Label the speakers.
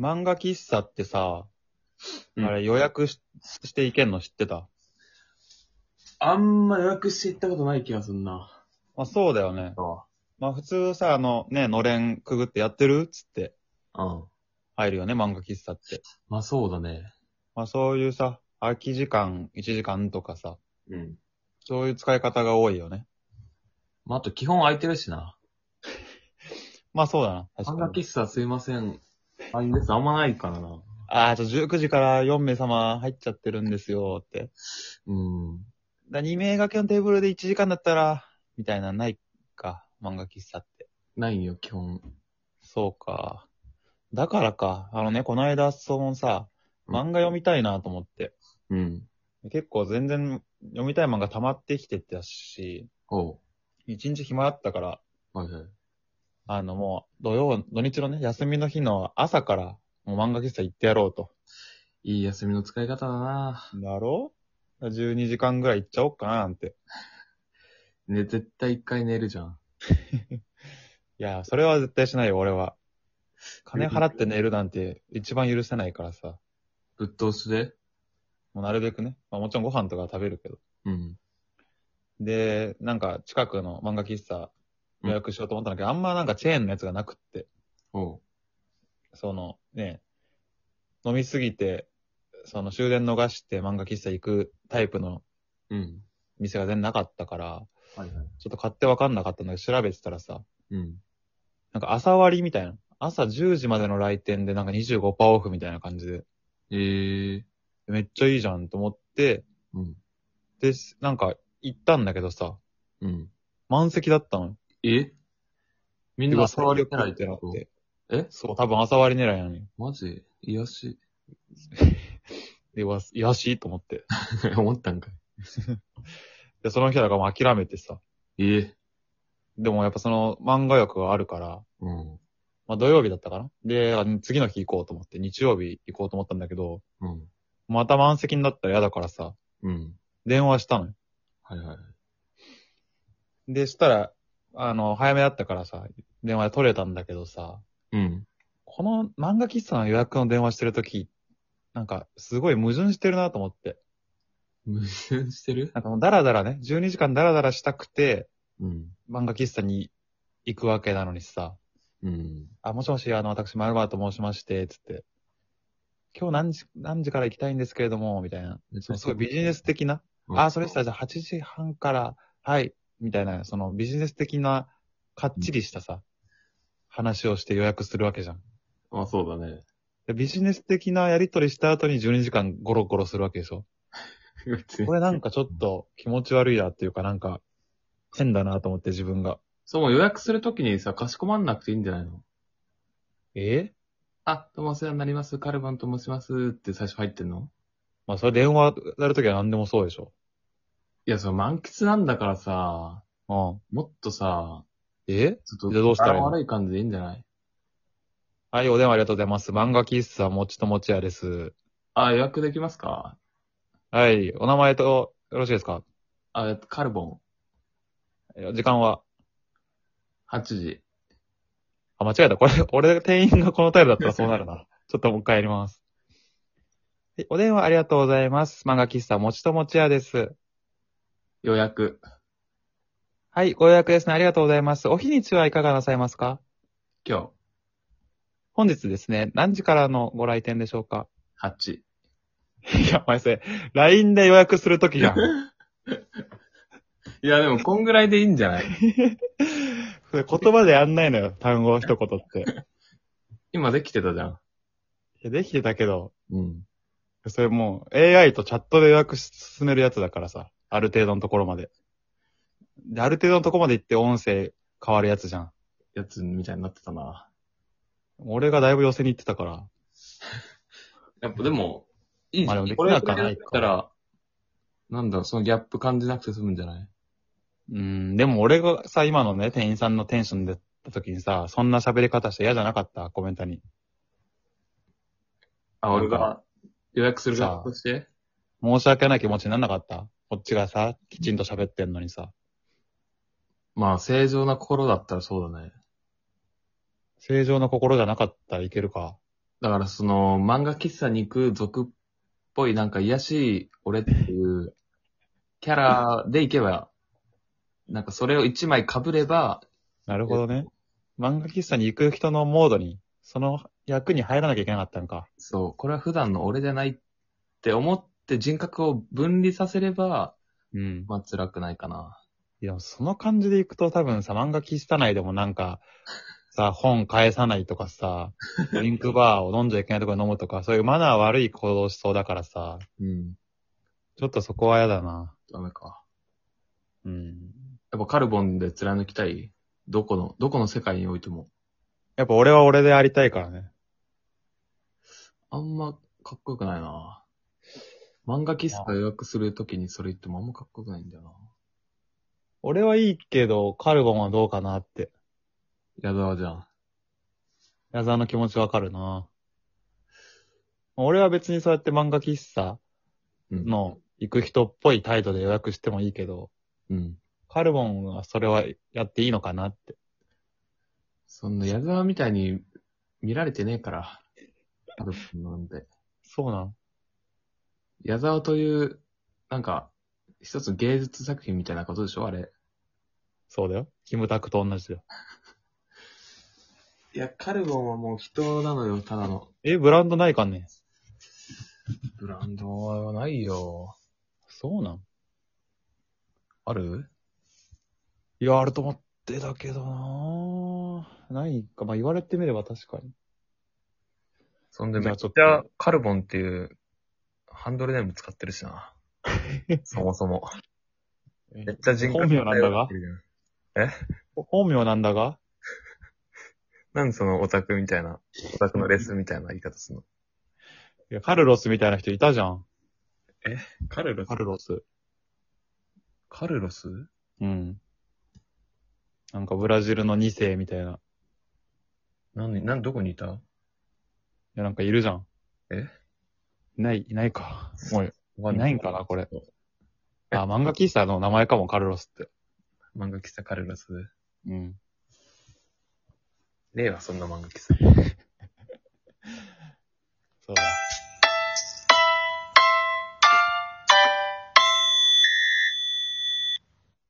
Speaker 1: 漫画喫茶ってさ、
Speaker 2: うん
Speaker 1: あれ予約ししていけんの知ってた
Speaker 2: あんま予約して行ったことない気がすんな。
Speaker 1: まあそうだよね。
Speaker 2: う
Speaker 1: まあ普通さ、あのね、のれんくぐってやってるっつって
Speaker 2: ん。
Speaker 1: 入るよね、漫画喫茶って。
Speaker 2: まあそうだね。
Speaker 1: まあそういうさ、空き時間、1時間とかさ、
Speaker 2: うん。
Speaker 1: そういう使い方が多いよね。
Speaker 2: まああと基本空いてるしな。
Speaker 1: まあそうだな、
Speaker 2: 漫
Speaker 1: 確か
Speaker 2: 画
Speaker 1: に。
Speaker 2: 喫茶すいません。あいいです。あんまないからな。
Speaker 1: ああ、ちょ、19時から4名様入っちゃってるんですよって。
Speaker 2: うん。
Speaker 1: だ2名掛けのテーブルで1時間だったら、みたいなのないか、漫画喫茶って。
Speaker 2: ないよ、基本。
Speaker 1: そうか。だからか。あのね、この間、そのさ、
Speaker 2: うん
Speaker 1: 漫画読みたいなと思って。
Speaker 2: うん。
Speaker 1: 結構全然読みたい漫画溜まってきてたし、
Speaker 2: おう。
Speaker 1: 一日暇だったから、
Speaker 2: はいはい。
Speaker 1: あのもう土曜、土日のね、休みの日の朝から、もう漫画喫茶行ってやろうと。
Speaker 2: いい休みの使い方だな。
Speaker 1: だろ12時間ぐらい行っちゃおうかななんて。
Speaker 2: ね、絶対一回寝るじゃん。
Speaker 1: いや、それは絶対しないよ、俺は。金払って寝るなんて一番許せないからさ。
Speaker 2: ぶっ通しで。
Speaker 1: もうなるべくね。まあもちろんご飯とか食べるけど。
Speaker 2: うん。
Speaker 1: で、なんか近くの漫画喫茶予約しようと思ったんだけど、あんまなんかチェーンのやつがなくって、
Speaker 2: おう。
Speaker 1: そのね、飲みすぎて、その終電逃して漫画喫茶行くタイプの
Speaker 2: うん。
Speaker 1: 店が全然なかったから、
Speaker 2: はいはい。
Speaker 1: ちょっと買ってわかんなかったんだけど、調べてたらさ、
Speaker 2: うん。
Speaker 1: なんか朝割りみたいな。朝10時までの来店でなんか25%オフみたいな感じで、
Speaker 2: ええー。
Speaker 1: めっちゃいいじゃんと思って、
Speaker 2: うん。
Speaker 1: で、なんか行ったんだけどさ、
Speaker 2: うん。
Speaker 1: 満席だったのよ。
Speaker 2: えみんな
Speaker 1: 朝割り
Speaker 2: ない
Speaker 1: ってなって。
Speaker 2: え
Speaker 1: そう、多分朝割り狙いなのよ。
Speaker 2: マジ癒し。
Speaker 1: で、うわ、癒やしいと思って。
Speaker 2: 思ったんかい。
Speaker 1: で、その日だからもう諦めてさ。
Speaker 2: ええ。
Speaker 1: でもやっぱその漫画欲があるから、
Speaker 2: うん。
Speaker 1: まあ土曜日だったかな。で、次の日行こうと思って、日曜日行こうと思ったんだけど、
Speaker 2: うん。
Speaker 1: また満席になったら嫌だからさ、
Speaker 2: うん。
Speaker 1: 電話したのよ。
Speaker 2: はいはい。
Speaker 1: で、したら、あの、早めだったからさ、電話で取れたんだけどさ、
Speaker 2: うん。
Speaker 1: この漫画喫茶の予約の電話してるとき、なんか、すごい矛盾してるなと思って。
Speaker 2: 矛盾してる
Speaker 1: なんかもうダラダラね、12時間ダラダラしたくて、
Speaker 2: うん。
Speaker 1: 漫画喫茶に行くわけなのにさ、
Speaker 2: うん。
Speaker 1: あ、もしもし、あの、私、マルマーと申しまして、つって。今日何時、何時から行きたいんですけれども、みたいな。
Speaker 2: めち
Speaker 1: そのすごいビジネス的な。
Speaker 2: うん
Speaker 1: あ、それしたらじゃあ8時半から、はい、みたいな、そのビジネス的な、かっちりしたさ、話をして予約するわけじゃん。
Speaker 2: あ、そうだね。
Speaker 1: でビジネス的なやり取りした後に12時間ゴロゴロするわけでしょ。
Speaker 2: 別に
Speaker 1: こ。れなんかちょっと気持ち悪いなっていうか、なんか、変だなと思って自分が。
Speaker 2: そう、予約するときにさ、かしこまんなくていいんじゃないの
Speaker 1: え
Speaker 2: あ、どうもお世話になります。カルバンと申します。って最初入ってんの
Speaker 1: まあ、それ電話やるときは何でもそうでしょ。
Speaker 2: いや、その満喫なんだからさ、
Speaker 1: うん。
Speaker 2: もっとさ、
Speaker 1: え
Speaker 2: ちょっ
Speaker 1: じゃあ
Speaker 2: と、
Speaker 1: どうしたらいいの
Speaker 2: 悪い感じでいいんじゃない
Speaker 1: はい、お電話ありがとうございます。漫画喫茶もちともちやです。
Speaker 2: あ、予約できますか
Speaker 1: はい、お名前と、よろしいですか
Speaker 2: あ、えっとカルボン、
Speaker 1: え時間は
Speaker 2: 8時。
Speaker 1: あ、間違えた。これ、俺、店員がこのタイプだったらそうなるな。 ちょっともう一回やります。はいお電話ありがとうございます。漫画喫茶もちともちやです。
Speaker 2: 予約。
Speaker 1: はい、ご予約ですね。ありがとうございます。お日にちはいかがなさいますか
Speaker 2: 今
Speaker 1: 本日ですね、何時からのご来店でしょうか
Speaker 2: 日、8時。
Speaker 1: いや、お前それ、LINE で予約するときじゃん。
Speaker 2: いや、でも、こんぐらいでいいんじゃない
Speaker 1: それ言葉でやんないのよ。単語一言って。い
Speaker 2: 今できてたじゃん。
Speaker 1: や、できてたけど、
Speaker 2: うん。
Speaker 1: それもう AI とチャットで予約し進めるやつだからさ。ある程度のところまで。で、ある程度のところまで行って音声変わるやつじゃん。
Speaker 2: やつみたいになってたな。
Speaker 1: 俺がだいぶ寄せに行ってたから。
Speaker 2: やっぱでも、いいじ
Speaker 1: まあで
Speaker 2: ゃん。
Speaker 1: もでき
Speaker 2: これ
Speaker 1: な
Speaker 2: だ
Speaker 1: くはないか
Speaker 2: ったら、なんだろう、そのギャップ感じなくて済むんじゃない
Speaker 1: うん、でも俺がさ、今のね、店員さんのテンションでた時にさ、そんな喋り方して嫌じゃなかったコメントに。
Speaker 2: あ、
Speaker 1: なん
Speaker 2: 俺
Speaker 1: か
Speaker 2: が予約する
Speaker 1: さあ
Speaker 2: 側として
Speaker 1: 申し訳ない気持ちになんなかったこっちがさ、きちんと喋ってんのにさ。
Speaker 2: まあ、正常な心だったらそうだね。
Speaker 1: 正常な心じゃなかったらいけるか。
Speaker 2: だからその、漫画喫茶に行く族っぽい、なんか癒やしい俺っていう、キャラで行けば、なんかそれを一枚被れば、
Speaker 1: なるほどね。漫画喫茶に行く人のモードに、その役に入らなきゃいけなかったのか。
Speaker 2: そう、これは普段の俺じゃないって思って人格を分離させれば、
Speaker 1: うん。
Speaker 2: まあ辛くないかな。
Speaker 1: いや、その感じで行くと多分さ、漫画喫茶内でもなんか、さ、本返さないとかさ、ドリンクバーを飲んじゃいけないところ飲むとか、そういうマナー悪い行動しそうだからさ、
Speaker 2: うん。
Speaker 1: ちょっとそこは嫌だな。
Speaker 2: ダメか。
Speaker 1: うん。
Speaker 2: やっぱカルボンで貫きたいどこの、どこの世界においても。
Speaker 1: やっぱ俺は俺でありたいからね。
Speaker 2: あんまかっこよくないな。漫画喫茶予約するときにそれ言ってもあんまかっこよくないんだよな。
Speaker 1: 俺はいいけど、カルボンはどうかなって。
Speaker 2: やだわじゃん。
Speaker 1: 矢沢の気持ちわかるな。俺は別にそうやって漫画喫茶
Speaker 2: うん。
Speaker 1: の行く人っぽい態度で予約してもいいけど、
Speaker 2: うん。
Speaker 1: カルボンはそれはやっていいのかなって。
Speaker 2: そんな矢沢みたいに見られてねえから。カルボンなんて。
Speaker 1: そうなん
Speaker 2: 矢沢という、なんか、一つ芸術作品みたいなことでしょあれ。
Speaker 1: そうだよ。キムタクと同じだよ。
Speaker 2: いや、カルボンはもう人なのよ、ただの。
Speaker 1: え、ブランドないかね
Speaker 2: ブランドはないよ。
Speaker 1: そうなん
Speaker 2: ある
Speaker 1: いや、あると思ってたけどなないか。まあ、言われてみれば確かに。
Speaker 2: そんで
Speaker 1: じ
Speaker 2: め
Speaker 1: ゃあ
Speaker 2: っ
Speaker 1: ち
Speaker 2: ち
Speaker 1: ょっと
Speaker 2: ゃカルボンっていうハンドルネーム使ってる しな。そもそも。めっちゃ人格
Speaker 1: 本名なんだが本名なんだが
Speaker 2: なんでそのオタクみたいな、オタクのレスみたいな言い方するの
Speaker 1: いや、カルロスみたいな人いたじゃん。
Speaker 2: カルロ
Speaker 1: カルロス。
Speaker 2: カルロス
Speaker 1: うん。なんかブラジルの2世みたいな。い
Speaker 2: 何、何、どこにいた
Speaker 1: や、なんかいるじゃん。
Speaker 2: え
Speaker 1: いない、いない か。もう、いないんかなこれ。
Speaker 2: え
Speaker 1: あ、漫画喫茶の名前かも、カルロスって。
Speaker 2: 漫画喫茶カルロス。
Speaker 1: うん。
Speaker 2: ねえわ、そんな漫画喫茶。
Speaker 1: そうだ。